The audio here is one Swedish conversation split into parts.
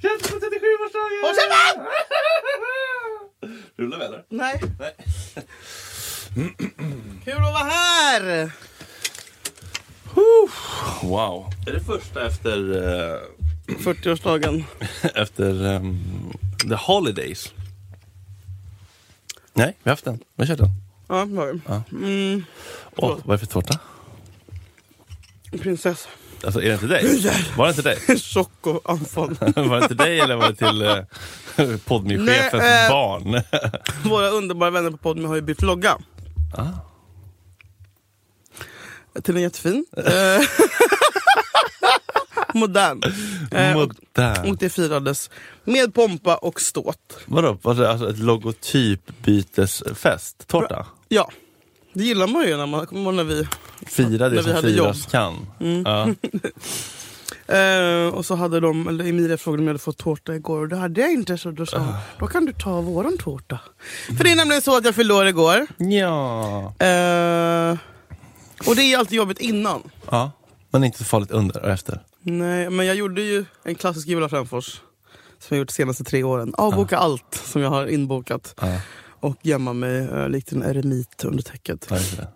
Grattis på 37-årsdagen! Håll käften! Rullar vi eller? Nej, Nej. kul att vara här! Wow. Är det första efter, eh, 40-årsdagen. efter ehm, the holidays? Nej, vi har haft den. Vi har kört den. Ja, det var det. Ja. Mm, Åh, vad är det för tårta? prinsessa. Alltså, är det till dig? Var det till dig? Chock och anfall. Var det till dig eller var det till eh, Podmi-chefens Nej, eh. barn? Våra underbara vänner på podden har ju bytt logga. Ah. Till en jättefin. Eh, Modern. Eh, och, och Modern. det firades med pompa och ståt. Vadå? Var det alltså ett logotypbytesfest? Tårta? Ja, det gillar man ju när man kommer ihåg när vi... Fira När det vi som hade Mm. firas kan. Ja. Eh, och så hade de, eller Emilia frågade om jag hade fått tårta igår och det hade jag inte. Så då sa hon, då kan du ta våran tårta. För det är nämligen så att jag fyllde år igår. ja. Eh, och det är alltid jobbigt innan. ja. Men inte så farligt under och efter. Nej, men jag gjorde ju en klassisk Jula Framfors. Som jag gjort de senaste tre åren. Avboka allt som jag har inbokat. Ja, Och gömma mig eh, likt en eremit under täcket. ja, just det.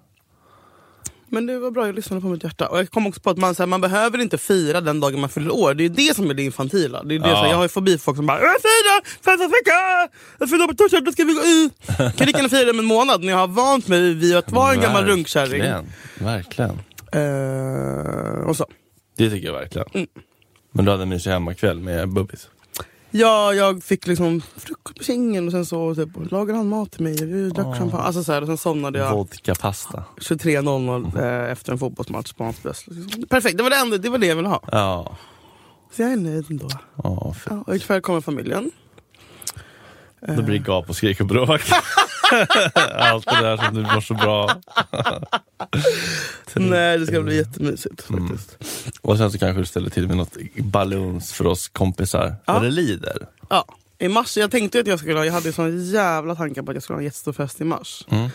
Men det var bra, jag lyssnade på mitt hjärta. Och jag kom också på att man, så här, man behöver inte fira den dagen man fyller år. Det är ju det som är det infantila. Det är ju det, Ja. så här, jag har ju fobi för folk som bara “Jag firar första veckan! Jag fyller år på torsdag, då ska vi gå ut!” Kan lika gärna fira det om en månad när jag har vant mig vid att vara en gammal runkkärring. Verkligen. Verkligen. Eh, och så. Det tycker jag verkligen. Mm. Men du hade en mysig hemmakväll med bubbis? Ja, jag fick liksom frukost på sängen och sen så typ, lagade han mat till mig. Jag drack Ah. champagne. Alltså, så här, och sen somnade jag Vodka pasta. 23.00 eh, efter en fotbollsmatch på hans bröst. Liksom. Perfekt, det var det, enda, det var det jag ville ha. Ja. Så jag är nöjd ändå. ja för... Ja, och ikväll kommer familjen. Då blir det gap och skrik och bråk. Allt det där som du mår så bra. Nej, det ska bli jättemysigt faktiskt. Och sen så kanske du ställer till med något balloons för oss kompisar. Ja. Vad det lider. Ja, i mars, jag tänkte ju att jag skulle ha, jag hade ju sån jävla tankar på att jag skulle ha en jättestor fest i mars. Mm.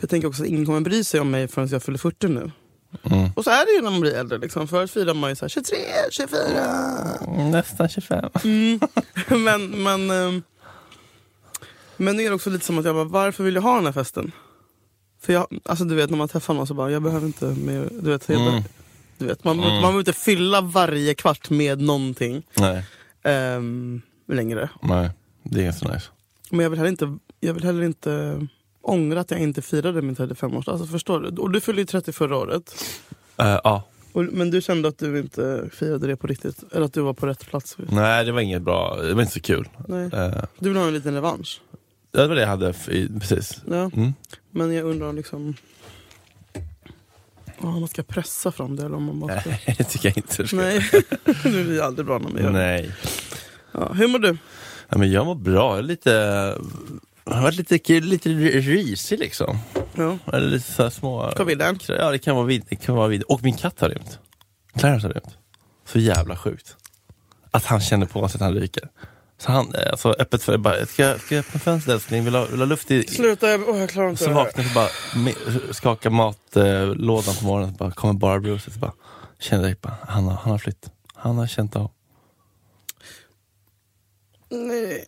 Jag tänker också att ingen kommer bry sig om mig förrän jag fyller 40 nu. Mm. Och så är det ju när man blir äldre. Liksom. Förut firade man ju så här 23, 24. Nästan 25. men, men, ehm, men nu är det också lite som att jag bara, varför vill jag ha den här festen? För jag, alltså du vet när man träffar någon så bara, jag behöver inte mer, du vet, jag, Mm. be- du vet man, man behöver inte fylla varje kvart med någonting Nej, ehm, längre. nej. Det är inte så nice. Men jag vill heller inte, jag vill heller inte ångra att jag inte firade min 35-årsdag. Alltså förstår du? Och du fyllde ju 30 förra året. Eh, ja. Och, men du kände att du inte firade det på riktigt, eller att du var på rätt plats. Nej, det var inget bra. Det var inte så kul. Nej. Eh, Du vill ha en liten revansch. det var det jag hade. f- i- Precis. Ja. Mm. Men jag undrar om liksom... Om man ska pressa fram det eller om man bara ska... Nej, det tycker jag inte. du ska göra. Nej, nu blir det aldrig bra när man gör det. Nej. Ja, hur mår du? Ja, men jag mår bra. Jag är lite... Jag har varit lite, lite risig liksom. Ja. Eller lite så här små... Coviden? Ja, det kan vara vid. Det kan vara vid. Och min katt har rymt. Clarence har rymt. Så jävla sjukt. Att han känner på sig att han ryker. Så han, eh, alltså öppet för bara, ska jag, ska jag öppna fönstret älskling? Vill du ha, vill du ha luft i... Sluta, jag, åh, jag klarar inte Så det här. vaknar jag bara, med, skakar matlådan på morgonen, så bara kommer bara bruset. Bara, känner direkt bara, han har, han har flytt. Han har känt av. Nej.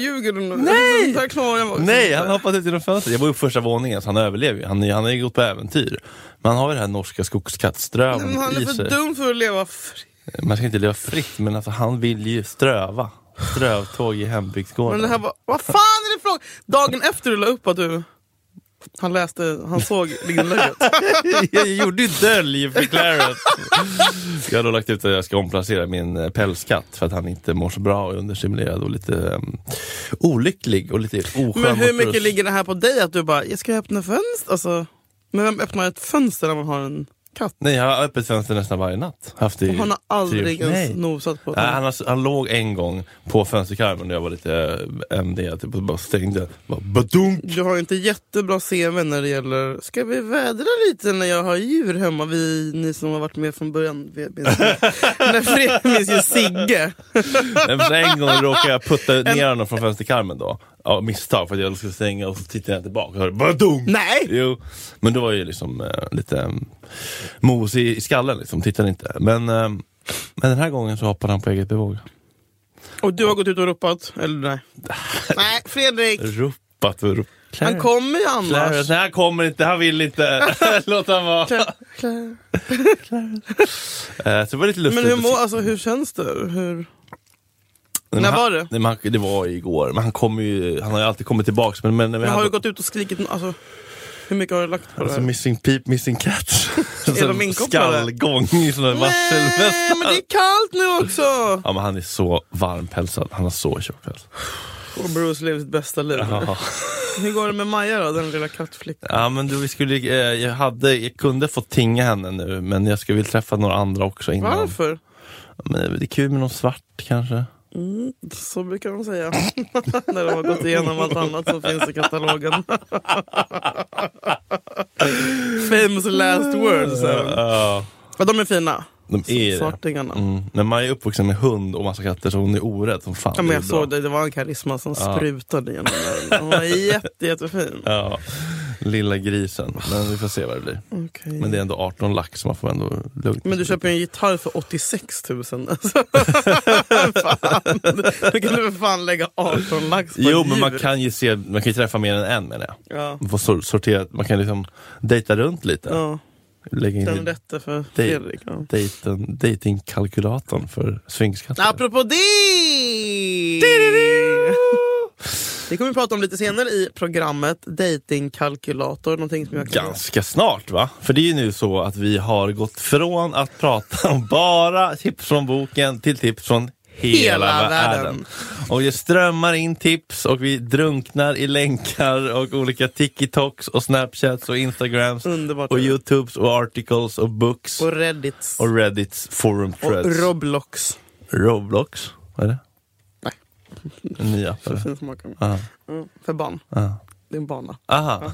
Ljuger du nu? Nej! Jag klarar jag faktiskt Nej, inte. han hoppade ut genom fönstret. Jag bor ju på första våningen så han överlever ju. Han, är- han har ju gått på äventyr. Men han har ju den här norska Nej, skogskattströvan men han är i sig. för dum för att leva fritt. Man ska inte leva fritt, men alltså, han vill ju ströva. Strövtåg i hembygdsgården. Men det här var... Vad fan är det frågan? Dagen efter du la upp att du... Han läste, han såg inlägget. jag gjorde ju dölj för Clarence. jag har då lagt ut att jag ska omplacera min eh, pälskatt för att han inte mår så bra och är understimulerad och lite ehm, olycklig och lite oskön Men hur mot mycket bröst. ligger det här på dig att du bara, jag ska öppna fönster? Alltså, men vem öppnar ett fönster när man har en katt? Nej, jag har öppet fönster nästan varje natt. Haft i Och han har aldrig tre- ens Typ. Nej. nosat på Nej, den. han, har, han låg en gång på fönsterkarmen när jag var lite eh, MD, typ, och bara stängde. Bara, badunk! Du har inte jättebra CV när det gäller, ska vi vädra lite när jag har djur hemma? Vi, ni som har varit med från början vi minns, när Fredrik minns ju Sigge. Nej, men en gång råkade jag putta ner honom från fönsterkarmen då. Av misstag, för att jag skulle stänga och så tittade jag tillbaka och hörde badunk! Nej! Jo, men då var jag ju liksom eh, lite eh, mos i, i skallen liksom, tittade inte. Men, eh, men den här gången så hoppade han på eget bevåg. Och du har gått ut och ropat? Eller nej? nej, Fredrik! Ruppat och rupp. Han kommer ju annars. Clarence, nej han kommer inte, han vill inte. Låt han vara. Eh, Så det var lite lustigt. Men hur, mår, alltså, hur känns det? Hur? Nej, men när han- var det? Nej, men han, det var igår, men han kommer ju, han har ju alltid kommit tillbaks. Men, men, men Men har han- du gått ut och skrikit? Alltså, hur mycket har du lagt på det Alltså här? missing peep, missing catch. Är de inkopplade? Skallgång i sån där Nej, men det varselvästar. är kallt nu också! Ja men han är så varmpälsad, han har så tjock päls. Och Bruce lever sitt bästa liv. Ja. Hur går det med Maja då, den lilla kattflickan? Ja men du, vi skulle, eh, jag, hade, jag kunde få tinga henne nu men jag skulle vilja träffa några andra också innan. Varför? Men det är kul med någon svart kanske. Mm, så brukar de säga när de har gått igenom allt annat som finns i katalogen. Famous last words. säger de. Ja, Ja, de är fina, de är det. svartingarna. Mm. Men man är uppvuxen med hund och massa katter så hon är orädd som fan. Ja, men Det är jag bra. såg det, det var en karisma som Ja. sprutade genom den. Hon var jätte, jättefin. Ja, lilla grisen. Men vi får se vad det blir. Okej. Men det är ändå 18 lax så man får ändå lugnt. Mm. Men du köper ju en gitarr för 86 000. Alltså. fan. Då kan du för fan lägga 18 lax på Jo ett men man djur. kan ju se, man kan ju träffa mer än en menar jag. Ja. Man, får sor- sortera, man kan liksom dejta runt lite. Ja, Lägga in den i rätte för Fredrik. Ja. dejten, datingkalkylatorn för swingskatter. Apropå det! Det kommer vi prata om lite senare i programmet. Datingkalkylator, någonting som jag kan... Ganska snart va? För det är ju nu så att vi har gått från att prata om bara tips från boken till tips från hela, Hela världen. världen. Och det strömmar in tips och vi drunknar i länkar och olika TikToks och Snapchats och Instagrams Underbart. och Youtubes och articles och books Och Reddits. och Reddits forum threads. Och Roblox. Roblox, vad är det? Nej. En ny app Så eller? fin smak. Ah, Mm, för barn. ah. Det är en bana. Aha.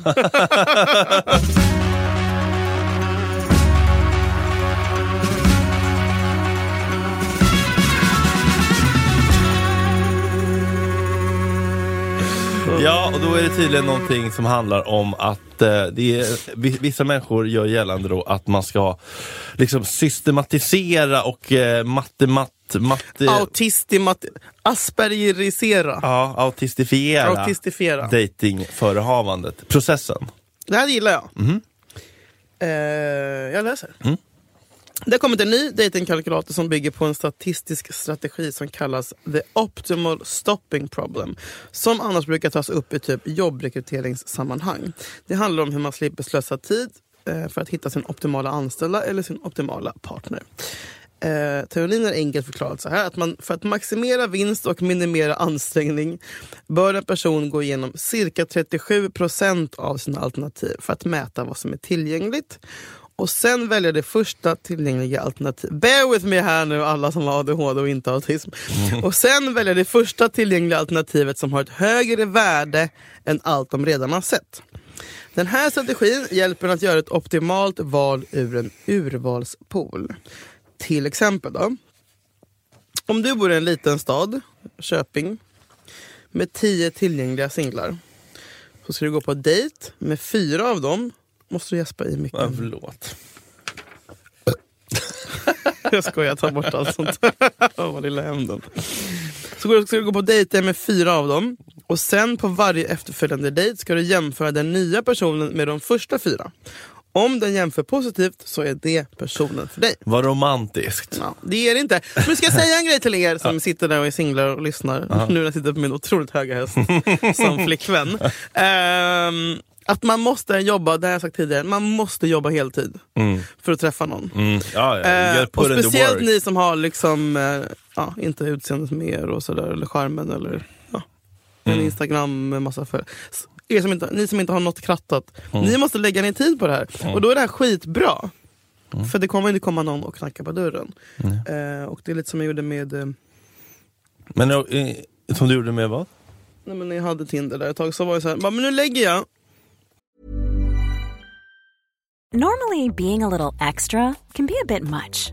Ja, och då är det tydligen någonting som handlar om att eh, det är, vi- vissa människor gör gällande då att man ska liksom systematisera och eh, matemat... Matte, Autistimat... Aspergerisera. ja, autistifiera Autistifiera. Mm. datingförehavandet, processen. Det här gillar jag. Eh, jag läser. Det har kommit en ny datingkalkylator som bygger på en statistisk strategi som kallas the optimal stopping problem. Som annars brukar tas upp i typ jobbrekryteringssammanhang. Det handlar om hur man slipper slösa tid eh, för att hitta sin optimala anställda eller sin optimala partner. Eh, teorin är enkelt förklarat så här att man för att maximera vinst och minimera ansträngning bör en person gå igenom cirka 37 procent av sina alternativ för att mäta vad som är tillgängligt och sen välja det första tillgängliga alternativet. Bear with me här nu alla som har ADHD och inte autism. Och sen välja det första tillgängliga alternativet som har ett högre värde än allt de redan har sett. Den här strategin hjälper en att göra ett optimalt val ur en urvalspool. Till exempel då. Om du bor i en liten stad, Köping, med 10 tillgängliga singlar. Så ska du gå på dejt med fyra av dem. Måste du gäspa i mycket? Ja, förlåt. Jag skojar, ta bort allt sånt. Åh, vad lilla hämnden. Så går- ska du gå på dejter med fyra av dem och sen på varje efterföljande dejt ska du jämföra den nya personen med de första fyra. Om den jämför positivt så är det personen för dig. Vad romantiskt. Ja, det är det inte. Nu ska jag säga en grej till er som sitter där och är singlar och lyssnar. Nu när jag sitter på min otroligt höga häst som flickvän. Ehm, att man måste jobba, det har jag sagt tidigare, man måste jobba heltid för att träffa någon. Mm. Ja, ja. Eh, Gör och put in the speciellt work. ni som har liksom, eh, ja, inte utseendet med er och sådär, eller skärmen eller ja, en Mm. Instagram med massa följare. S- Er Mm. som inte, ni som inte har något krattat, ni måste lägga ner tid på det här. Och då är det här skitbra. Mm. För det kommer inte komma någon och knacka på dörren. Nej. Eh, och det är lite som jag gjorde med eh, Men eh, som du gjorde med vad? Nej, men när jag hade Tinder där ett tag så var jag så här, bara, men nu lägger jag. Normally, being a little extra can be a bit much,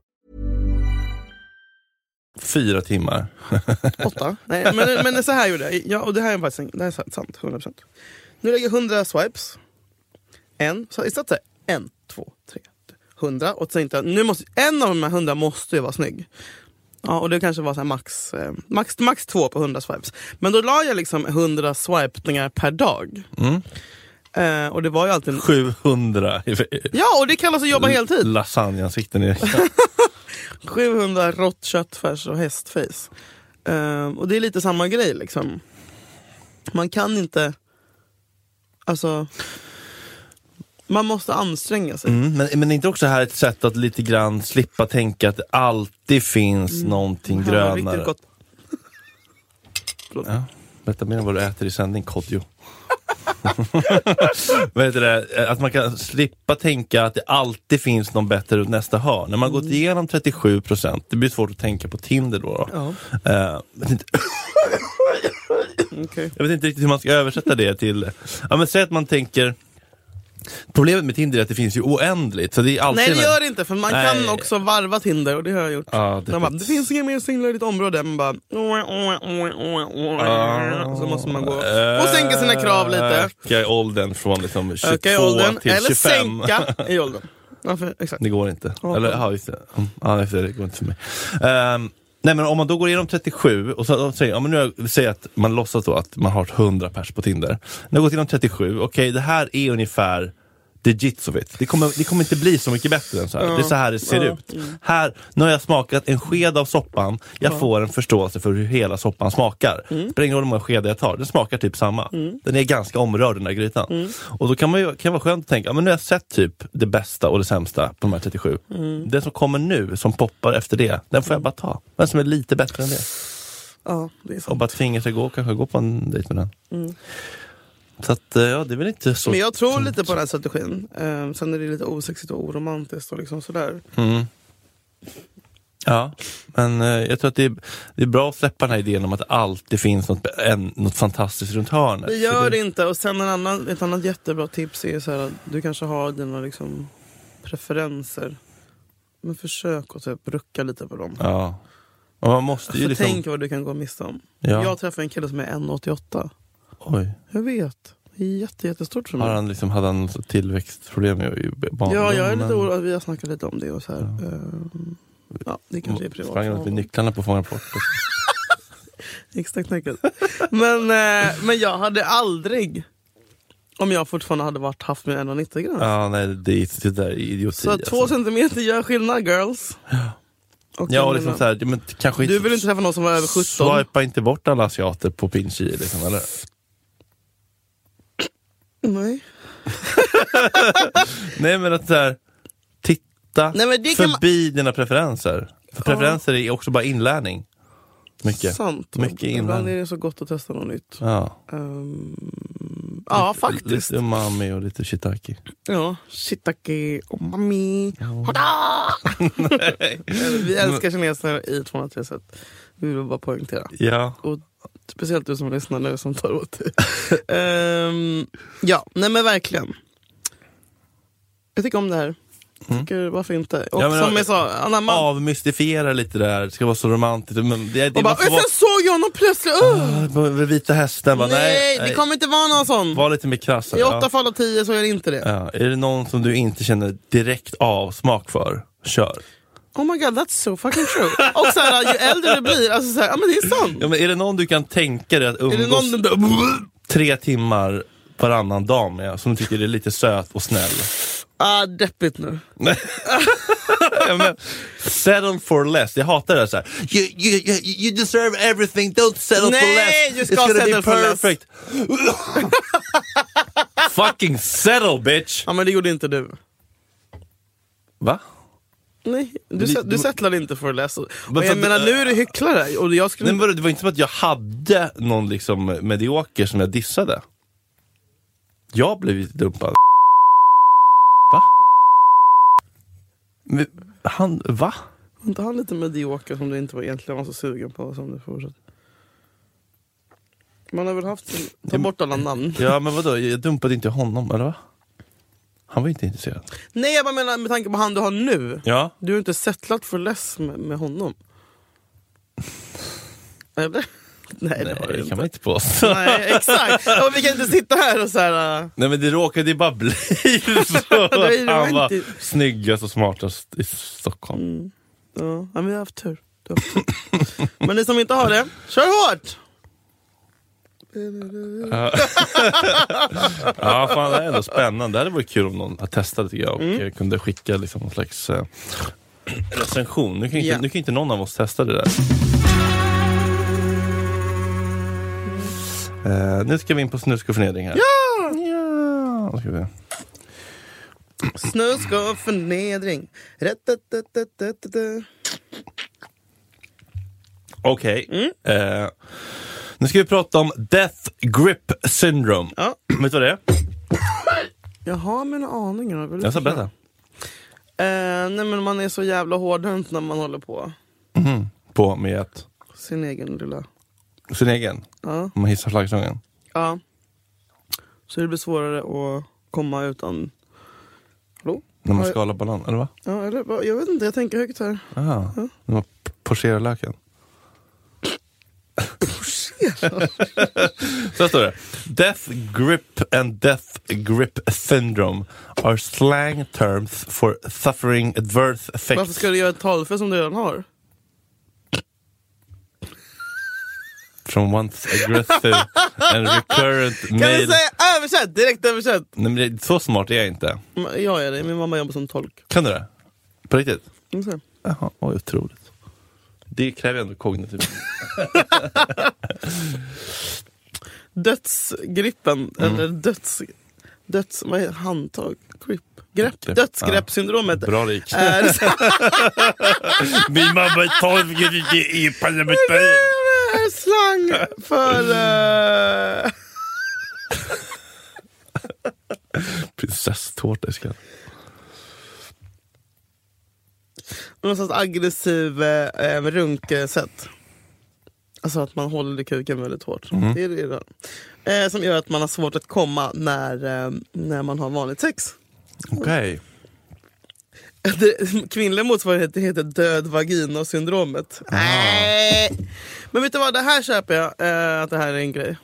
Fyra timmar. Åtta. Nej, men, men så här gjorde jag. Ja, och det här är faktiskt en- det här är sant. 100%. Nu lägger jag 100 swipes. En. Så istället så här, en, två, tre, hundra. Och så tänkte jag, nu måste, en av de här hundra måste ju vara snygg. Ja, och det kanske var så här max, eh, max, max två på 100 swipes. Men då la jag liksom 100 swipningar per dag. Eh, och det var ju alltid... 700 Ja, och det kallas att jobba heltid. lasagneansikten. i- 700 rått köttfärs och hästfejs. Ehm, och det är lite samma grej liksom. Man kan inte... Alltså... Man måste anstränga sig. Mm, men, men är inte också här ett sätt att lite grann slippa tänka att det alltid finns någonting Mm. Det här var riktigt grönare? gott. Ja. Berätta mer om vad du äter i sändning, Kodjo. vad heter det? Att man kan slippa tänka att det alltid finns någon bättre runt nästa hörn. När man gått Mm. igenom 37 procent, det blir svårt att tänka på Tinder då. då. Ja, Eh, jag, vet inte, okej. jag vet inte riktigt hur man ska översätta det till... Ja, men säg att man tänker... Problemet med Tinder är att det finns ju oändligt. Så det är alltid Nej det en- gör det inte, för man Nej. kan också varva Tinder och det har jag gjort. Ja, det- det, bara, det finns inga mer singlar i ditt område. Man bara... Ah. Alltså, Så måste man gå och sänka sina krav lite. eh, Öka åldern från liksom 22 Öka i åldern, till eller 25. sänka i åldern. Ja, för, exakt. Det går inte. Ja. Eller, ja, just det. Mm, Ja, just det, det går inte för mig. Ehm, nej, men om man då går igenom 37 och så, och säger, ja, men nu har jag, säger att man låtsas då att man har 100 pers på Tinder. Nu har jag gått igenom 37, okej det här är ungefär the gist of it. Det kommer, det kommer inte bli så mycket bättre än så här. Det är så här det ser Ja. ut. Här, nu har jag smakat en sked av soppan, jag får en förståelse för hur hela soppan smakar. Mm. Det spelar ingen roll hur många skedar jag tar, den smakar typ samma. Den är ganska omrörd den här grytan. Mm. Och då kan, man ju, kan det vara skönt att tänka, ja, men nu har jag sett typ det bästa och det sämsta på de här 37. Mm. Det som kommer nu, som poppar efter det, den får jag bara ta. Den som är lite bättre än det. Ja, det är sant. Och bara tvinga sig gå, kanske gå på en dejt med den. Så att, eh, ja, det är väl inte så... Mm. Men jag tror lite på den här strategin. Eh, sen är det lite osexigt och oromantiskt och liksom sådär. Mm. Ja, men eh, jag tror att det är, det är bra att släppa den här idén om att det alltid finns något, be- en, något fantastiskt runt hörnet. Det gör För det inte. Och sen en annan, ett annat jättebra tips är så här, att du kanske har dina liksom, preferenser. Men försök att typ rucka lite på dem. Ja. Och man måste ju För liksom... Alltså, Tänk vad du kan gå miste om. Ja. Jag träffade en kille som är 1,88. Oj, Jag vet. Det är jätte, jättestort för mig. har han liksom, hade han något tillväxtproblem i i barndomen? Ja, jag är lite orolig. Vi har snackat lite om det. Och så här. Ehm, ja, det kanske är privat. Sprang runt med nycklarna på Fångarna på fortet. Exakt snacket. men, eh, men jag hade aldrig, om jag fortfarande hade varit haft med 1,90 gräns. Ja, nej, det, är- det där är idioti. alltså. så två centimeter gör skillnad girls. Och Ja, jag och liksom menar, så här, men t- kanske du vill inte träffa någon som var över 17? Swipa inte bort alla asiater på Pinchi liksom, eller? Nej. Nej men att såhär, titta Nej, men det kan förbi dina preferenser. För preferenser är också bara inlärning. Mycket. Sant. Mycket Ibland är inlärning. det så gott att testa något nytt. Ja. Ehm, ja, faktiskt. Lite umami och lite shiitake. Ja. Shiitake, omami, hoda! Vi älskar kineser i 203 sätt. Vi vill bara poängtera. Ja. Och speciellt du som lyssnar nu som tar åt dig. Ehm, ja, nej men verkligen. Jag tycker om det här. Tycker, Varför inte? Och Mm. Ja, men- som jag sa, anamma. Avmystifiera lite det här, det ska vara så romantiskt. Men det, det och bara, måste "Oj, sen såg jag honom plötsligt! Uh! vara, Med vita hästen, bara, nej, nej, det kommer inte vara någon sån. Var lite mer krass. här, I åtta Ja. fall av tio så är det inte det. Ja. Är det någon som du inte känner direkt avsmak för, kör. Oh my god, that's so fucking true. och så här, ju äldre du blir, alltså så här, ja men det är sant. Ja, men är det någon du kan tänka dig att Är det umgås någon den där... tre timmar varannan dag med, som du tycker är lite söt och snäll? Ah, deppigt nu. Ja, men, settle for less. Jag hatar det här, så här. You, you, you, you deserve everything, don't settle for Nej, less. du ska settle for less. Fucking settle bitch! Ja, men det gjorde inte du. Va? Nej, du, Men det- sa- du det- settlade inte för att läsa. Men för- jag menar, nu är du hycklare. Och jag skulle... Nej, men det var inte som att jag hade någon liksom medioker som jag dissade. Jag blev dumpad. Va? Men, han, va? Var inte han lite medioker som du inte var egentligen var så sugen på? Som du fortsatte? Man har väl haft... en- Ta bort alla namn. Ja men vadå, jag dumpade inte honom, eller va? Han var inte intresserad. Nej, jag bara menar med tanke på han du har nu. Ja. Du har inte settlat för less med, med honom. Eller? Nej, det Nej, har det du kan inte. man inte påstå. Nej, exakt. Ja, vi kan inte sitta här och så här... äh, Nej men det råkade ju bara bli så är ju att han var romantiskt. snyggast och smartast i Stockholm. Ja, ja, men vi har haft tur. Du har haft tur. men ni som inte har det, kör hårt! Ja fan det här är ändå spännande. Det hade varit kul om någon testade tycker jag och eh, kunde skicka liksom någon slags eh, recension. Nu kan, ju inte, Ja. nu kan ju inte någon av oss testa det där. Eh, nu ska vi in på snusk och förnedring här. Ja! ja. Då ska vi se. Snusk och förnedring. Rätt-rätt-rätt-rätt-rätt. Okej. Mm. Eh, nu ska vi prata om Death Grip Syndrome. Ja. Vet du vad det är? Jag har mina aningar. Vill du Jag ska förklara? berätta. Eh, nej men man är så jävla hårdhänt när man håller på. Mhm. På med ett, Sin egen lilla... sin egen. Ja. Om man hissar flaggstången. ja. Så det blir svårare att komma utan... Hallå? När man Ja, skalar ballong, eller va? Ja, eller, vad- jag vet inte, jag tänker högt här. Ah. När man p- pocherar löken. Så här står det. Death grip and death grip syndrome are slang terms for suffering adverse effects. Varför ska du göra ett talfel som du redan har? From one's aggressive and recurrent Kan du male... säga översätt? Direkt översätt! Nej, men det- så smart är jag inte. Men Jag är det, min mamma jobbar som tolk. Kan du det? På riktigt? Kan du säga? Jaha, oj otroligt. Det kräver ändå kognitiv... Dödsgrippen, Mm. eller döds... Döds... Vad heter handtag? Grip? Grepp? Grepp, Dödsgreppssyndromet. Bra rik. Är Min mamma är tolv, det är parlamentariker. är slang för... eh, Prinsesstårta i skallen. någon sorts aggressiv eh, eh, runksätt. Alltså att man håller i kuken väldigt hårt. Det är det där. Eh, som gör att man har svårt att komma när, eh, när man har vanligt sex. Okej. Det- Kvinnliga motsvarighet det heter död vagina-syndromet. Nej. Men vet du vad, det här köper jag. Eh, att det här är en grej.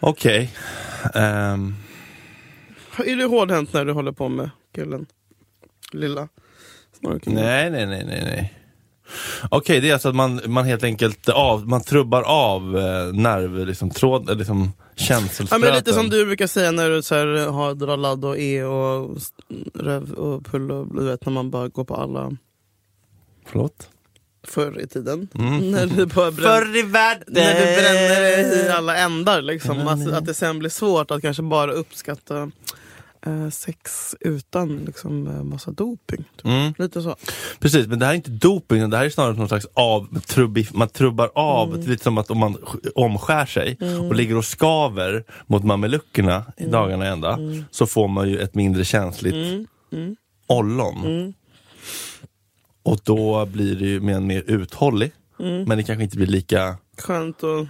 Okej. Ehm, Är du hårdhänt när du håller på med killen? Lilla? Snarare killen. nej, nej, nej, nej, nej. Okej, det är alltså att man, man helt enkelt av, man trubbar av eh, nerv, liksom, tråd, eh, liksom Ja, känselspröten. men lite som du brukar säga när du så här, har drar ladd och e och s- röv och pull och du vet när man bara går på alla Förlåt? förr i tiden. När du bara bränner, Förr i världen! när du bränner dig i alla ändar liksom. Alltså, att det sen blir svårt att kanske bara uppskatta eh, sex utan liksom eh, massa doping. Typ. Mm. Lite så. Precis, men det här är inte doping, utan det här är snarare någon slags av, trubbi, man trubbar av, lite som att om man sk- omskär sig och ligger och skaver mot mameluckerna i dagarna ända, så får man ju ett mindre känsligt ollon. Och då blir det ju mer, mer uthållig, men det kanske inte blir lika Skönt och...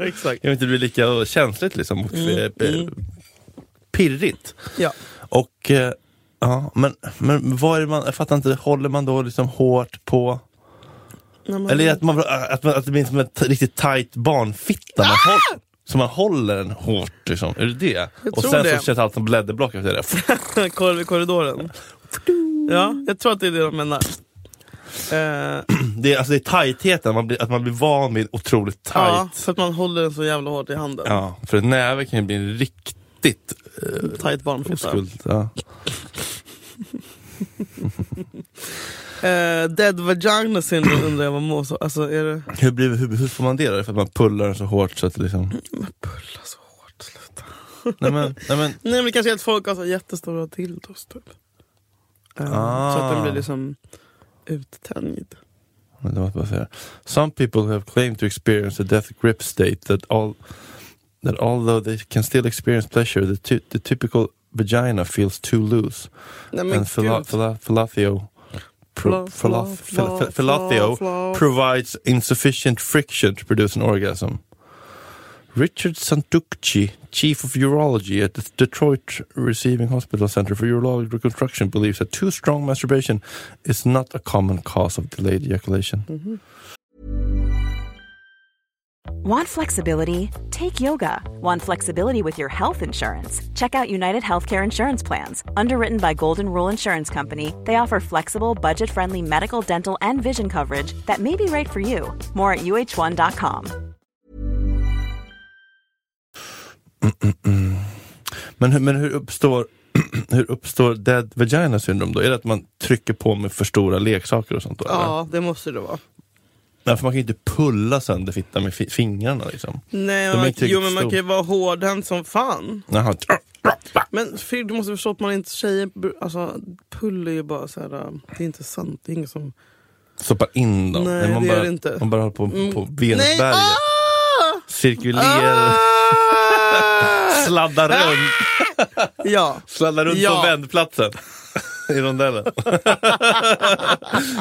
Exakt. jag vet inte, det blir lika känsligt liksom, och eh, p- pirrigt. Ja. Och, eh, ja, men, men vad är det man, jag fattar inte, håller man då liksom hårt på När man- Eller att, man, att, man, att det blir som en t- riktigt tight barnfitta. Man Ah! håll, så man håller den hårt. Liksom. Är det det? Jag och tror sen det. så känns allt som blädderblock efter det. Korv i korridoren. Ja, jag tror att det är det de menar. Eh, Det är, alltså, det är tajtheten, man blir, att man blir van vid otroligt ja, tajt. för att man håller den så jävla hårt i handen. Ja, för en näve kan ju bli en riktig riktigt eh, Tajt barnfota. oskuld. Ja. Eh, dead vagina syndrome undrar jag vad mår så. Alltså är det... Hur, blir, hur, hur får man det då? För att man pullar den så hårt så att det liksom... Mm, Pulla så hårt, sluta. Nej men, nej, men Nej men det kanske är att folk har så jättestora dildos typ. Eh, Så att den Ah. blir liksom uttänjd. Men det var bara så här. Some people have claimed to experience a death grip state that all that although they can still experience pleasure, the, ty- the typical vagina feels too loose. Nej and philo- gud. philo- philothio pro- Fla- philo- fla- phil- fla- philothio fla- provides insufficient friction to produce an orgasm. Richard Santucci, chief of urology at the Detroit Receiving Hospital Center for Urologic Reconstruction, believes that too strong masturbation is not a common cause of delayed ejaculation. Mhm. Want flexibility? Take yoga. Want flexibility with your health insurance? Check out United Healthcare Insurance Plans. Underwritten by Golden Rule Insurance Company, they offer flexible, budget friendly medical, dental, and vision coverage that may be right for you. More at uh1.com. Mm. Men, hur- men hur uppstår hur uppstår dead vagina syndrom då? Är det att man trycker på med för stora leksaker och sånt då? eller? Ja, det måste det vara. Nej, för man kan ju inte pulla sönder fittan med fi- fingrarna liksom. Nej, De är man, inte jo riktigt men man stor. kan ju vara hårdhänt som fan. Jaha. Men Fyrd, du måste förstå att man inte tjejer, br- alltså pull är ju bara så här. äh, det är inte sant. Det är inget som... Stoppar in dem. Nej, man det bara, gör det inte. Mm. Man bara håller på, på Nej! Venusberget. Ah! Cirkulerar, Ah! sladdar runt, ja. sladdar runt Ja. på vändplatsen. I rondellen.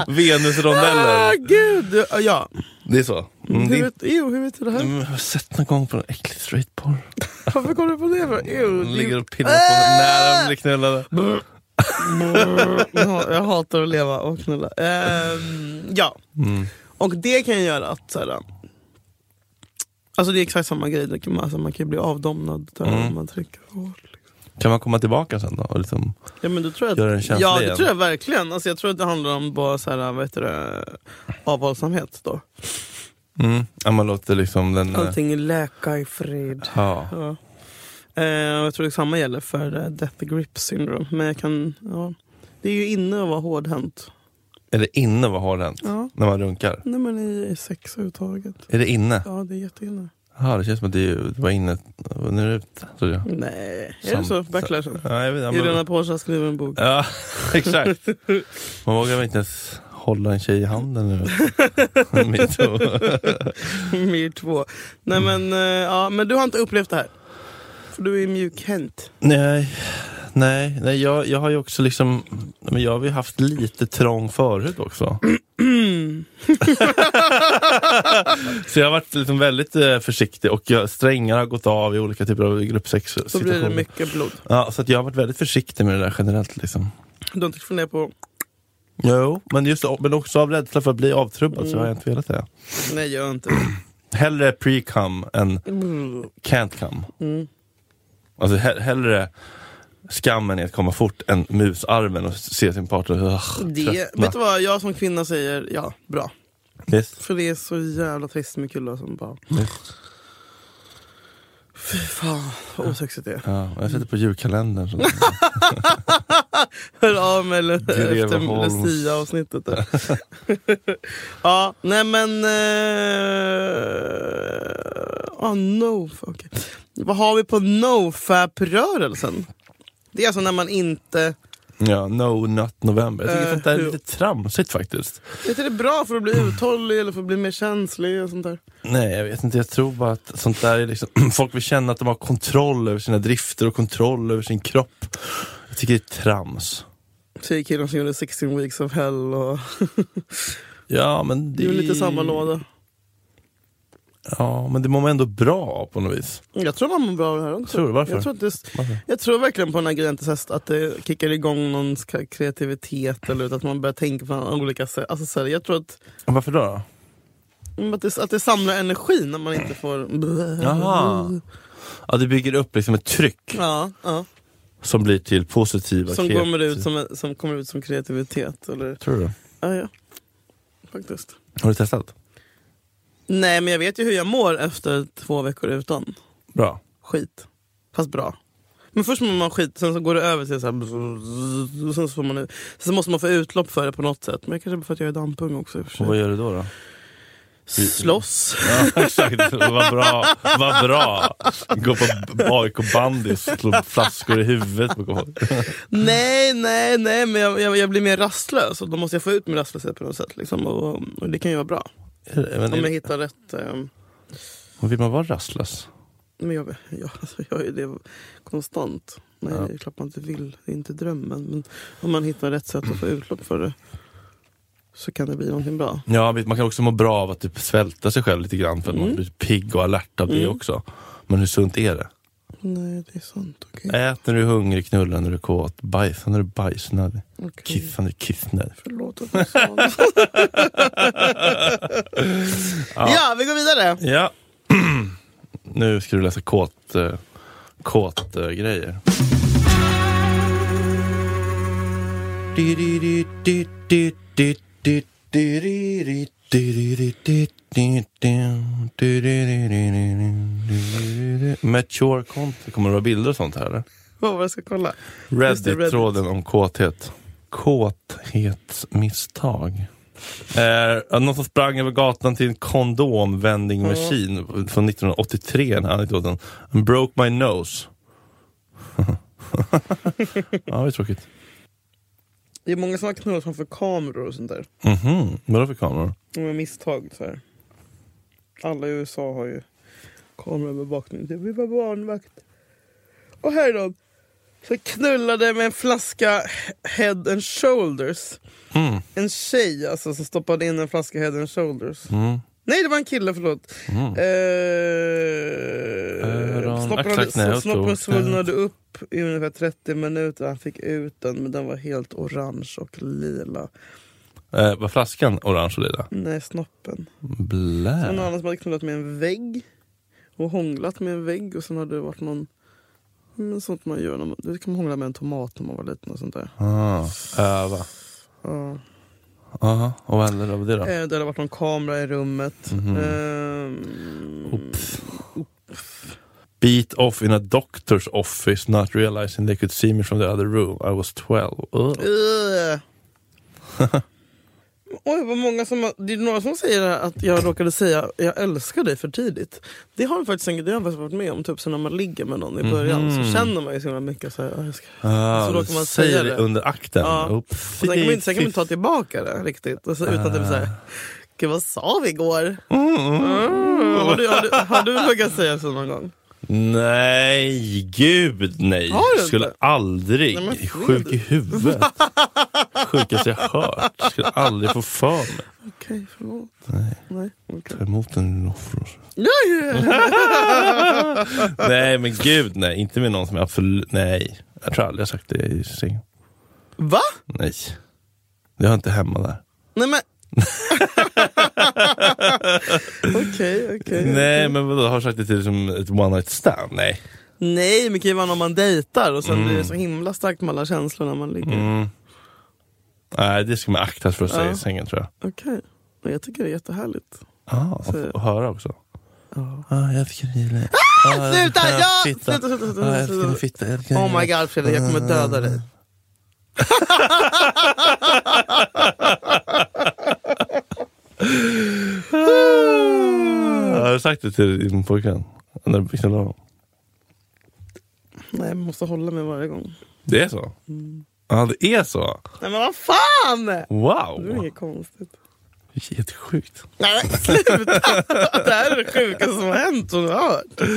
Venusrondellen. Ah, gud! Ja. Det är så. Mm, det Hur är, vet, ew, hur vet du det här? Mm, jag har sett någon gång på en äcklig straightporr. Varför kom du på det? För? Ew, De Mm, det- Ah! ligger och pillar på när de blir knullade. Ja, Mm, jag hatar att leva och knulla. Ehm, ja. Mm. Och det kan ju göra att så här, äh, Alltså det är exakt samma grej, det kan man, alltså, man kan ju bli avdomnad där Mm. om man trycker hårt. Liksom. Kan man komma tillbaka sen då? Och liksom, Ja men då tror jag Gör den att, känslig Ja det igen. tror jag verkligen. Alltså, jag tror att det handlar om bara så här, äh, vad heter det, avhållsamhet då. mm, ja, man låter liksom den... eh, Allting läka i fred. Ja. Ja. Eh, och jag tror det samma gäller för eh, death grip syndrome. Men jag kan, ja. Det är ju inne att vara hårdhänt. Är det inne vad har hänt? Ja. När man runkar? Nej men i, i sex överhuvudtaget. Är det inne? Ja, det är jätteinne. Jaha, det känns som att det är- det var inne. Nu är det ute. trodde jag. Nej, är Sam- det så? Backlashen? Ja, jag vet, ja, men- Irena Porsche skriver en bok. ja exakt. Man vågar väl inte ens hålla en tjej i handen nu. Metoo. Mir två. Nej men, eh, ja, men du har inte upplevt det här? För du är mjukhänt. nej, nej, nej jag, jag har ju också liksom, men jag har ju haft lite trång förhud också. så jag har varit liksom väldigt eh, försiktig och jag, strängar har gått av i olika typer av gruppsexsituationer. Så blir det mycket blod. Ja, så att jag har varit väldigt försiktig med det där generellt. Liksom. Du har inte funderat på... Jo, men, just, men också av rädsla för att bli avtrubbad Mm. så har jag inte velat det. Nej, gör inte det. Hellre pre-cum än Mm. can't come. Alltså he- hellre skammen i att komma fort än musarmen och se sin partner ugh, Det, tröttna. vet du vad, jag som kvinna säger ja, bra. Visst, För det är så jävla trist med killar som bara... visst. Fy fan, vad osexigt det är. Ja, och jag sätter på julkalendern. Så. Hör av mig eller Greve efter Holms. Lucia-avsnittet. där. ja, nej men... eh, ah no, okay. Vad har vi på nofap-rörelsen? Det är alltså när man inte... ja, no not november. Jag tycker Eh, sånt där är jo. lite tramsigt faktiskt. Vet du, det är bra för att bli uthållig eller för att bli mer känslig och sånt där. Nej, jag vet inte. Jag tror bara att sånt där är liksom... Folk vill känna att de har kontroll över sina drifter och kontroll över sin kropp. Jag tycker det är trams. Säger killen som gjorde 16 weeks of hell och... Ja, men Det det... är väl lite samma låda. Ja, men det mår man ändå bra av på något vis. Jag tror man mår bra av det här också. Tror du? Varför? Jag tror, att det, Varför? jag tror verkligen på den här grejen till sist, att det kickar igång någons k- kreativitet eller att man börjar tänka på olika sätt. Alltså, så här, jag tror att, Och Varför då? då? mm, att, det, att det samlar energi när man inte får... Jaha. Ja, det bygger upp liksom ett tryck Ja, ja. som blir till positiva Som, kreativ- kommer ut som, som kommer ut som kreativitet. Eller, Tror du? ja, ja. Faktiskt. Har du testat? Nej, men jag vet ju hur jag mår efter två veckor utan Bra. skit. Fast bra. Men först mår man skit, sen så går det över till så här, och sen så, får man, så måste man få utlopp för det på något sätt. Men det kanske är för att jag är dampung också. i och för sig. Och vad gör du då? då? Slåss. Ja, exakt. Vad bra. Vad bra. Gå på AIK bandy och slå flaskor i huvudet på folk. nej, nej, nej, men jag, jag, jag blir mer rastlös och då måste jag få ut min rastlöshet på något sätt. Liksom, och, och det kan ju vara bra. Eh, Men, Om jag hittar rätt... ehm, Vill man vara rastlös? Men jag, jag, alltså, jag är det konstant. Nej, Ja. det är klart man inte vill. Det är inte drömmen. Men om man hittar rätt sätt att få utlopp för det så kan det bli någonting bra. Ja, visst, man kan också må bra av att typ svälta sig själv lite grann för att man blir pigg och alert av det också. Men hur sunt är det? Nej, det är sant. Okej. Ät när du är hungrig, knulla när du är kåt, bajsa när du är bajsnödig, Okej. kissa när du är kissnödig. Förlåt att jag sa det. Ja, vi går vidare. Ja. nu ska du läsa kåt, eh, kåt eh, grejer. Mature content, kommer det vara bilder och sånt här eller? Vad var det jag ska kolla? Just det, Reddit. Reddit-tråden om kåthet. Kåthetsmisstag. Eh, någon som sprang över gatan till en kondomvänding maskin från 1983, den här anekdoten. And broke my nose. ja, det är tråkigt. Det är många som har knullat framför kameror och sånt där. Mhm, vadå för kameror? Med misstag. Så här. Alla i USA har ju kameraövervakning. Typ, vi var barnvakt. Och här är de. Så knullade med en flaska Head and Shoulders. Mm. En tjej alltså som stoppade in en flaska Head and Shoulders. Mm. Nej det var en kille, förlåt. Mm. Öron, Eh, snoppen axlar, knä hade- och Snoppen tå. svullnade upp i ungefär 30 minuter. Han fick ut den men den var helt orange och lila. Eh, var flaskan orange och lila? Nej, snoppen. Blä. Sen någon annan som hade knullat med en vägg och hånglat med en vägg och sen hade det varit någon men sånt man gör när man, du kan man hångla med en tomat när man var liten och sånt där. Ah, öva. Ja. Aha, och vad hände då med det då? Eh, Det hade varit någon kamera i rummet. Mhm. Ehm, Beat off in a doctor's office not realizing they could see me from the other room. I was Oh. 12. Ugh. eh. Oj, vad många som har, det är några som säger att jag råkade säga jag älskar dig för tidigt. Det har jag faktiskt, en- det har jag faktiskt varit med om, typ så när man ligger med någon i början så känner man ju så himla mycket så här, "Jag älskar Ah, Så du råkar man säger säga det det. under akten. Ja. Oh, Och sen kan man inte, sen kan man inte ta tillbaka det riktigt. Alltså, utan att det blir såhär, gud vad sa vi igår? Mm. Har, du, har, du, har du vågat säga så någon gång? Nej, gud nej. Har du inte? Skulle aldrig. Nej, men Fredrik. Sjuk i huvudet. Sjukaste jag hört. Skulle aldrig få för mig. Okej, förlåt. Nej. Nej, okej. Ta emot en offros. Ja, ja, ja. Nej men gud nej. Inte med någon som är absolut... Nej. Jag tror aldrig jag sagt det i sängen. Va? Nej. Jag är inte hemma där. Nej men... Okej, okej. Nej men vadå, har jag sagt det till som ett one night stand? Nej. Nej, men det kan ju vara någon man dejtar och sen blir det så himla starkt med alla känslor när man ligger. Nej, det ska man akta sig för att säga Ja. i sängen tror jag. Okej. Men jag tycker det är jättehärligt. Ah, och, Så- och höra också. Ah, jag fick en lille... Ah, sluta! den här Ja! fittan. Sluta, sluta, sluta, Ah, jag fick sluta. en fitta. jag fick en Oh my lille- god Fredrik, jag kommer döda dig. Ah, Har du sagt det till din pojkvän? När du knullade honom? Nej, jag måste hålla mig varje gång. Det är så? Mm. Ja, det är så? Nej men vad fan! Det är Wow! inget konstigt. Helt sjukt. Nej men sluta! det här är det sjukaste som har hänt och hört.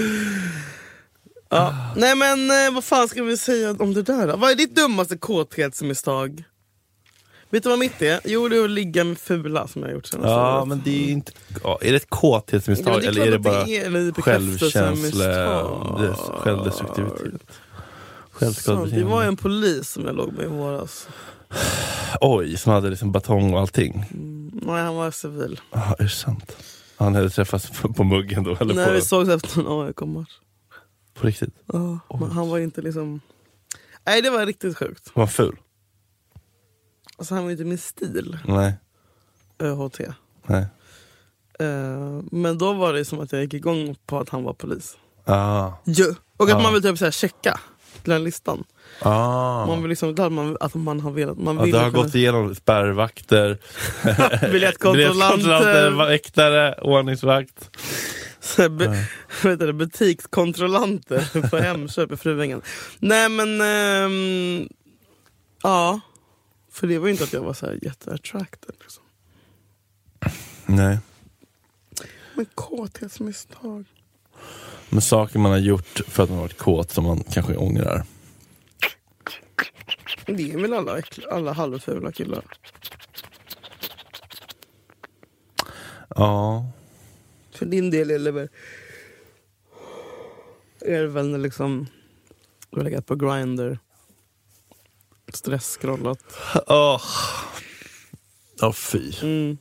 Ja. Nej men eh, vad fan ska vi säga om det där då? Vad är ditt dummaste kåthetsmisstag? Vet du vad mitt är? Jo det är att ligga med fula som jag har gjort senast. Ja, året. men det är ju inte... Ja, är det ett Ja, men kåthetsmisstag det är eller är det klart bara att det är- eller ett självkänsla... bekräftelsemisstag. det- Självdestruktivitet? Sant, Det var Självskadebeteende? en polis som jag låg med i våras. Oj, som hade liksom batong och allting. Nej han var civil. Ja, är det sant? Han hade träffats på, på muggen då? Eller Nej på, vi sågs efter en AIK-match. på riktigt? Ja, men han var ju inte liksom... Nej det var riktigt sjukt. Var han ful? Alltså han var ju inte min stil, Nej. ÖHT. Nej. Eh, men då var det som att jag gick igång på att han var polis. Ah. Ja. Och att Ja. man vill typ så här checka. till den listan. Ah. Man vill liksom, där man, att man har velat. Man Ja, vill det har kunna- gått igenom spärrvakter, biljettkontrollanter, biljettkontrollanter, väktare, ordningsvakt. så här bu- vad heter det, butikskontrollanter på Hemköp i Fruängen. Nej men, ehm, ja. För det var ju inte att jag var så här jätteattracted. Liksom. Nej. Men kåthetsmisstag. Men saker man har gjort för att man har varit kåt som man kanske ångrar. Det är väl alla, äckl- alla halvfula killar. Ja. För din del är det väl, är det väl när liksom, du har legat på Grindr, stresscrollat. Åh, oh. fy. Mm.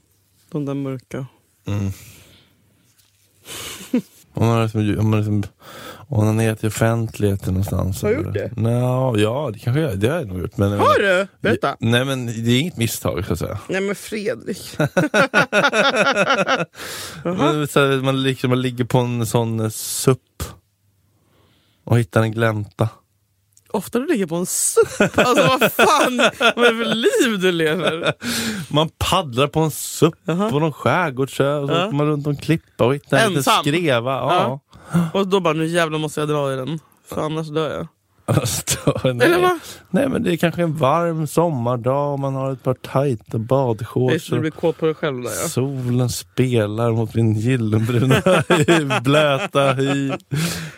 De där mörka. Mm. Hon har liksom, hon har liksom onanerat i offentligheten någonstans. Har du gjort det? Nå, ja, det kanske jag, det har jag nog gjort. Men, Har du? Berätta. Nej men det är inget misstag så att säga. Nej men Fredrik. Men, så här, man, liksom, man ligger på en sån eh, SUP och hittar en glänta. Ofta du ligger på en SUP. Alltså vad fan, vad är det för liv du lever? Man paddlar på en SUP på någon skärgårdsö och så Ja. åker man runt en klippa och hittar en liten Ensam? skreva. Ja. Och då bara, nu jävlar måste jag dra i den. För annars dör jag. Stör, Eller nej. vad? nej men det är kanske en varm sommardag och man har ett par tajta Visst, badshorts. du och- blir kåt på dig själv där ja. Solen spelar mot min gyllenbruna hy, blöta hy.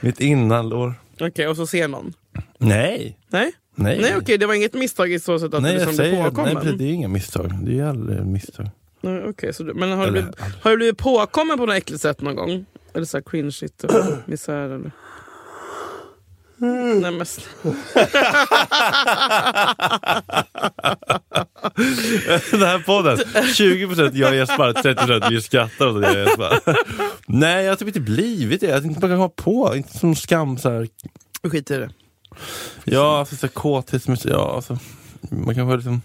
Mitt innanlår. Okej, och så ser någon. Nej! Nej? Nej, Nej okej, det var inget misstag i så sätt att Nej, du jag liksom blev säger, nej påkommen? precis, det är inga misstag. Det är ju aldrig ett misstag. Nej, okej, så du, men har du, Eller- blivit, har du blivit påkommen på något äckligt sätt någon gång? Eller så här cringe shit och misär eller? Mm. Nej men snälla. Den här podden, 20% jag gäspar, 30% vi skrattar åt att jag gäspar. Nej, jag har typ inte blivit det. Jag har inte man kan ha på, inte som skam så här. Skit i det. Ja, alltså så här kåthetsmusik. Ja, alltså, man kanske har liksom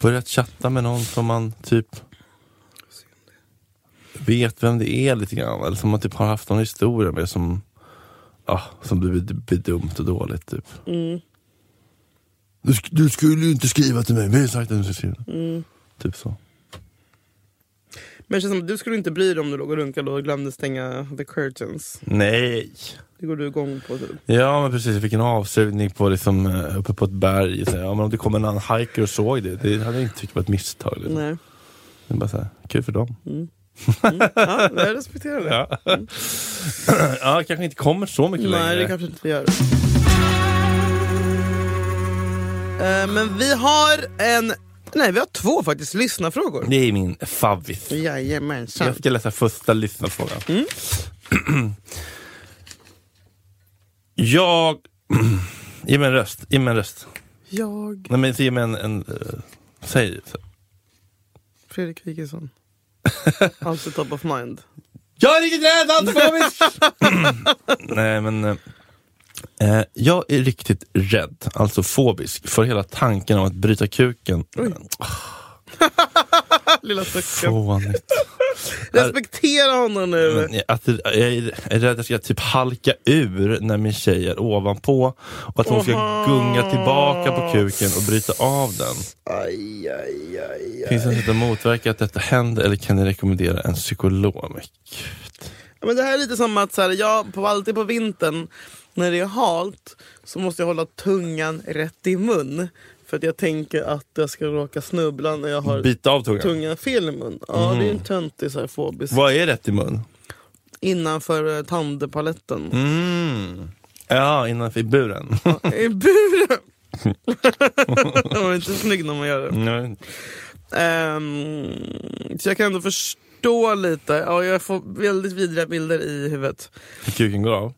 börjat chatta med någon som man typ vet vem det är lite grann. Eller som man typ har haft någon historia med som, ja, som blivit bedömt och dåligt typ. Mm. Du, sk- du skulle ju inte skriva till mig, men jag har sagt att du ska skriva. Typ så. Men det känns som att du skulle inte bry dig om du låg och runkade och glömde stänga the curtains. Nej! Det går du igång på typ. Ja men precis, jag fick en avslutning på liksom, eh, uppe på ett berg. Så, här, ja, men om det kom en annan hiker och såg det, det hade jag inte tyckt var ett misstag. Liksom. Nej. Det är bara så här, kul för dem. Ja, jag respekterar det. Ja. Mm. ja, kanske inte kommer så mycket Nej, det längre. kanske inte gör. Eh, Men vi har en... Nej, vi har två faktiskt lyssnarfrågor. Det är min favvis. Jajamensan. Jag ska läsa första lyssnarfrågan. Mm. Jag... Ge mig en röst. Ge mig en röst. Jag, Nej, men så ge mig en... en eh, säg. så. Fredrik Wikingsson. Alltså top of mind. Jag är riktigt rädd, Antifobisk! Nej men... eh, Eh, jag är riktigt rädd, alltså fobisk, för hela tanken om att bryta kuken. Lilla sucken. Fånigt. Respektera honom nu. Men Att jag är är rädd att jag ska typ halka ur när min tjej är ovanpå och att hon ska Oha. gunga tillbaka på kuken och bryta av den. Aj, aj, aj, aj. Finns det något sätt att motverka att detta händer eller kan ni rekommendera en psykolog? Men gud. Ja, Men det här är lite som att så här, jag på, alltid på vintern när det är halt så måste jag hålla tungan rätt i mun. För att jag tänker att jag ska råka snubbla när jag har Bita av tungan. tungan fel i mun. Ja, det är en töntig så här, fobisk. Vad är rätt i mun? Innanför eh, tandpaletten. Mm. Ja, innanför i buren. Ja, I buren! det var inte snygg när man gör det. Nej. Ehm, så jag kan ändå förstå lite. Ja, jag får väldigt vidriga bilder i huvudet. kuken går av.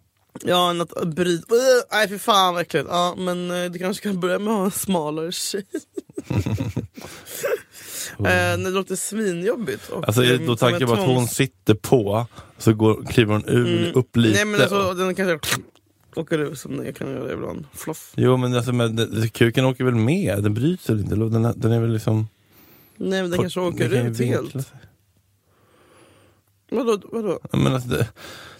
Ja, en att bryta... Uh, nej, för fan vad äckligt. Ja, men eh, du kanske kan börja med att ha en smalare tjej. Eh, nej, det låter svinjobbigt. Och, Alltså är eh, det som då tanken ett på att hon tvångs- sitter på, så går, kliver hon ur, Mm. upp lite. Nej, men alltså, den kanske åker ur som den kan göra ibland. Floff. Jo men alltså men, det- kuken åker väl med, den bryter inte, eller? den, den är väl liksom... Nej, men den På- kanske åker kan ju ut vinkla helt. sig. Vadå? vadå? Mm. Ja, Men alltså, det,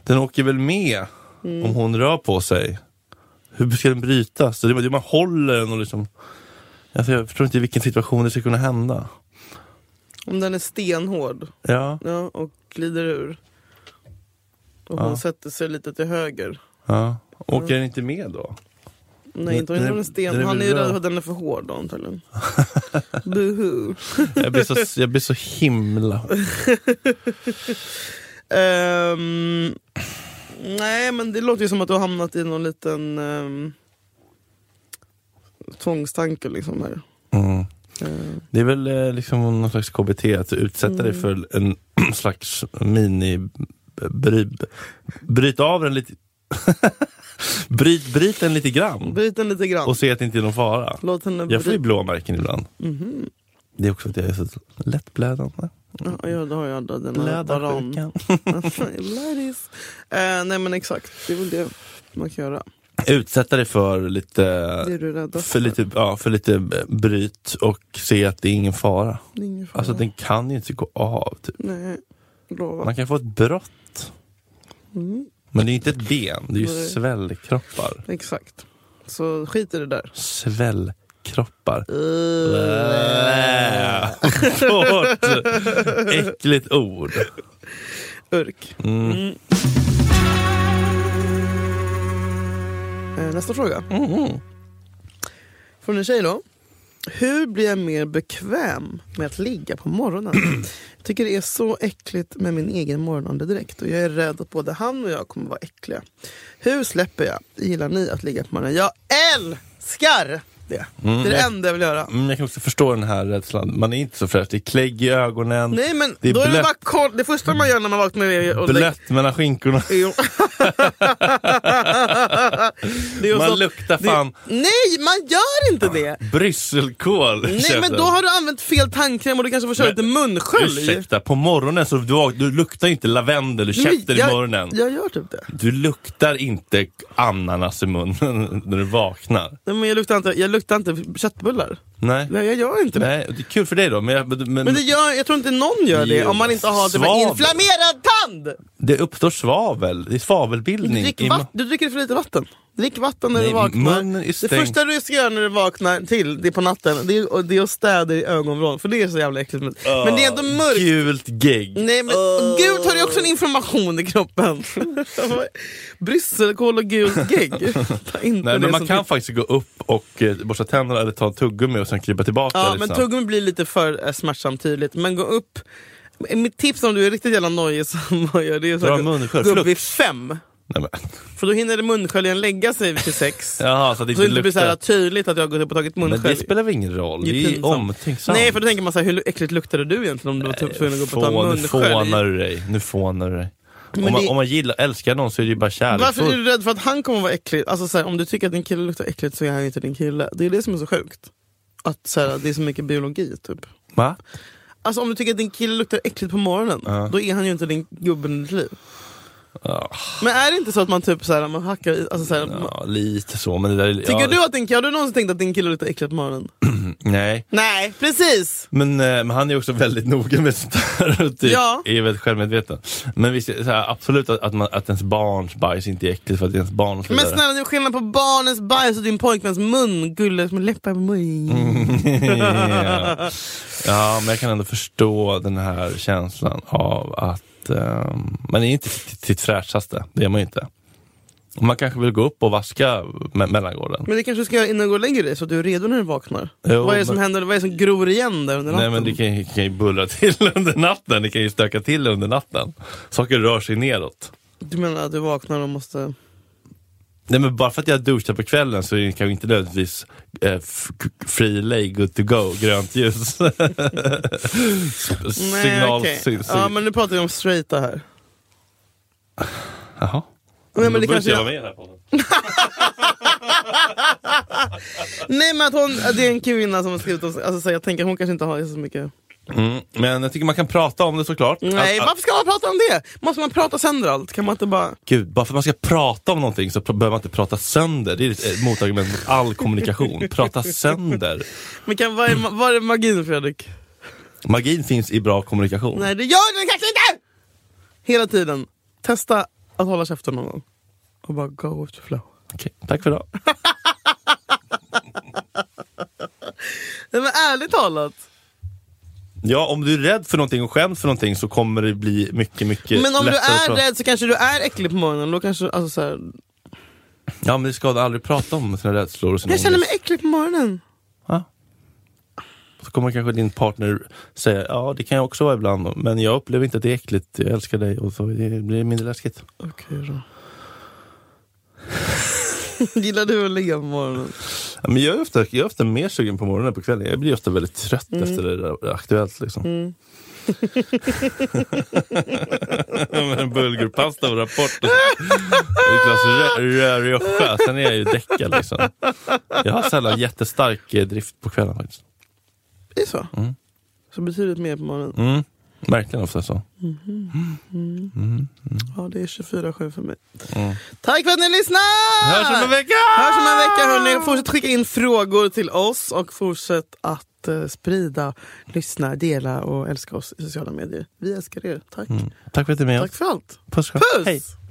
den åker väl med om hon rör på sig. Hur ska den brytas? Det, det, man håller den och liksom... Alltså, jag förstår inte i vilken situation det ska kunna hända. Om den är stenhård Ja, ja, och glider ur. Och hon Ja. sätter sig lite till höger. ja. Åker den inte med då? Nej, inte om Den är- den är sten. den är Han är väl ju röd. rädd för att den är för hård då antagligen. Buhu. Jag blir så, jag blir så himla... Ehm, nej, men det låter ju som att du har hamnat i någon liten um, tvångstanke liksom här. Mm. Ehm, Det är väl eh, liksom någon slags KBT, att utsätta dig Mm. för en slags mini... Bry, bryt av den lite... bryt, bryt den lite grann bryt den lite grann. Mm. och se att det inte är någon fara. Låt henne Jag får ju bryta. blåmärken ibland. Mhm. Det är också att jag är så lättblödande. Ja, ja, det har ju alla. Den här varan. Blödarsjukan. Ladies. Eh, nej men exakt, det är väl det man kan göra. Utsätta dig för Det är lite, du rädd för lite, ja, för lite bryt och se att det är ingen fara. Det är ingen fara. Alltså den kan ju inte gå av. Typ. Nej, lova. Man kan få ett brott. Mm, Men det är ju inte ett ben, det är ju Nej. svällkroppar. exakt. Så skit i det där. Svällkroppar. Blä. Hårt. Äckligt ord. Urk. Mm. Mm. Eh, nästa fråga. Mm-hmm. Från en tjej då. Hur blir jag mer bekväm med att ligga på morgonen? Jag tycker det är så äckligt med min egen morgonandedräkt och jag är rädd att både han och jag kommer vara äckliga. Hur släpper jag? Gillar ni att ligga på morgonen? Jag älskar det! Mm, Det är det jag- enda jag vill göra. Mm, jag kan också förstå den här rädslan. Man är inte så fräsch. Det är klägg i ögonen. Nej men det är då är det blött. bara kort. Det första man gör när man vaknar är att lägga Blött mellan skinkorna. Jo. det är ju Man så- luktar fan Det, nej, man gör inte det! brysselkål. Nej, känner men jag. då har du använt fel tandkräm och du kanske får köra Men- lite munskölj. Ursäkta, på morgonen så du, har- du luktar ju inte lavendel du Nej, köpte i jag- morgonen. Jag gör typ det. Du luktar inte ananas i munnen när du vaknar. Nej, men jag, luktar inte, jag luktar inte köttbullar. Nej. Nej, jag gör inte det. Nej, och det är kul för dig då, men, jag, men, Men det gör, jag tror inte någon gör det Jo, om man inte har typ en svavel. inflammerad tand! det uppstår svavel. Det är Du, svavelbildning. drick i ma- vatt, du dricker för lite vatten. Drick vatten när Nej, du vaknar. munnen är Det stängd. första du ska göra när du vaknar till, det är på natten, det är, och det är att städa i ögonvrån. För det är så jävla äckligt. Men, men det är ändå mörkt. Gult gegg. Nej men och gult har ju också en information i kroppen. Brysselkål och gult gegg. Ta inte Nej, det men man som kan tips. faktiskt gå upp och eh, borsta tänderna eller ta en tuggummi och sen krypa tillbaka. liksom. Ja, lite men snabbt. tuggummi blir lite för eh, smärtsamt tydligt. Men gå upp. Mitt tips om du är riktigt jävla nojig som man gör, det är Dra att munskölj, gå upp flux. vid fem. Nej, men. För då hinner munsköljen lägga sig till sex. Jaha, så att det Så inte det inte blir så här luktar. tydligt att jag har gått upp och tagit Men det munskölj. spelar väl ingen roll? Det är Det är ju pinsamt. omtänksamt. Nej för då tänker man så här, hur äckligt luktade du egentligen om du var Typ tvungen att gå upp och ta Få- Äh, Nu fånar munskölj? du dig. Nu fånar du dig. Om Men man, det- om man gillar, älskar någon så är det ju bara Varför är kärleksfullt. du rädd för att han kommer vara äcklig? Alltså, så här, om du tycker att din kille luktar äckligt så är han ju inte din kille. Det är det som är så sjukt. Att så här, det är så mycket biologi typ. Va? Alltså om du tycker att din kille luktar äckligt på morgonen, Ja. då är han ju inte din gubben i ditt liv. Ja. Men är det inte så att man typ så här, man hackar i, alltså, så här, man, Ja, lite så. Men det där, är- Tycker ja, du att din, har du någonsin tänkt att din kille luktar äckligt på morgonen? Nej. Nej, precis! Men, eh, men han är också väldigt noga med sånt här och typ Ja. är väldigt självmedveten. Men visst, är det så här, absolut att, att, man, att ens barns bajs inte är äckligt för att det är ens barn och så Men vidare. snälla det är skillnad på barnens bajs och din pojkväns mun, gulle med läppar på mun. Mm. ja. ja, men jag kan ändå förstå den här känslan av att ehm, man är inte sitt, sitt fräschaste. Det är man ju inte. Och Man kanske vill gå upp och vaska me- mellangården. Men det kanske du ska göra innan du går och lägger dig så att du är redo när du vaknar. Jo, vad är det som men- händer, vad är det som gror igen där under Nej men natten? det kan, ju- kan ju bullra till under natten, det kan ju stöka till under natten. Saker rör sig neråt. Du menar att du vaknar och måste... Nej men bara för att jag duschar på kvällen så är det kanske inte nödvändigtvis eh, f- k- free lay, good to go, grönt ljus. S- Signal... okej. sig- sig- Ja men nu pratar vi om straighta här. Jaha. Nej men, Då borde det kanske inte jag jag... vara med här på den. Nej men att hon, att det är en kvinna som har skrivit om... Alltså så jag tänker hon kanske inte har så mycket... Mm, men jag tycker man kan prata om det såklart. Nej Att- att- varför ska man prata om det? Måste man prata sönder allt? Kan man inte bara... Gud, bara för att man ska prata om någonting så pr- behöver man inte prata sönder. Det är ett eh, motargument mot all kommunikation. Prata sönder. Men kan, vad, är, ma- vad är magin Fredrik? Magin finns i bra kommunikation. Nej det gör den kanske inte! Hela tiden. Testa att hålla käften någon gång. Och bara go with the flow. Okej, tack för idag. Nej, men ärligt talat. Ja, om du är rädd för någonting och skäms för någonting så kommer det bli mycket, mycket Men om du lättare. är för- rädd så kanske du är äcklig på morgonen. Då kanske, alltså, så här, Ja, men det ska aldrig prata om sina rädslor och sin jag känner mig ångest. äcklig på morgonen. Ja. Så kommer kanske din partner säga, ja det kan jag också vara ibland, men jag upplever inte att det är äckligt, jag älskar dig och så blir det mindre läskigt. Okej då. Gillar du att ligga på morgonen? Ja, men jag, är ofta, jag är ofta mer sugen på morgonen än på kvällen, jag blir ofta väldigt trött efter det där Aktuellt liksom. Med en bulgurpasta och Rapport och och ett glas rö- rörioja, sen är jag ju däckad liksom. Jag har sällan jättestark eh, drift på kvällen faktiskt. Det är så? Så betydligt mer på morgonen? Mm. Verkligen ofta så. Ja, det är 24-7 för mig. Mm. Tack för att ni lyssnar! Hörs om en vecka! Hörs om en vecka hörni. Fortsätt skicka in frågor till oss och fortsätt att eh, sprida, lyssna, dela och älska oss i sociala medier. Vi älskar er. Tack. Mm. Tack för att du är med Tack oss. för allt. Puss! kram. Puss! Hej.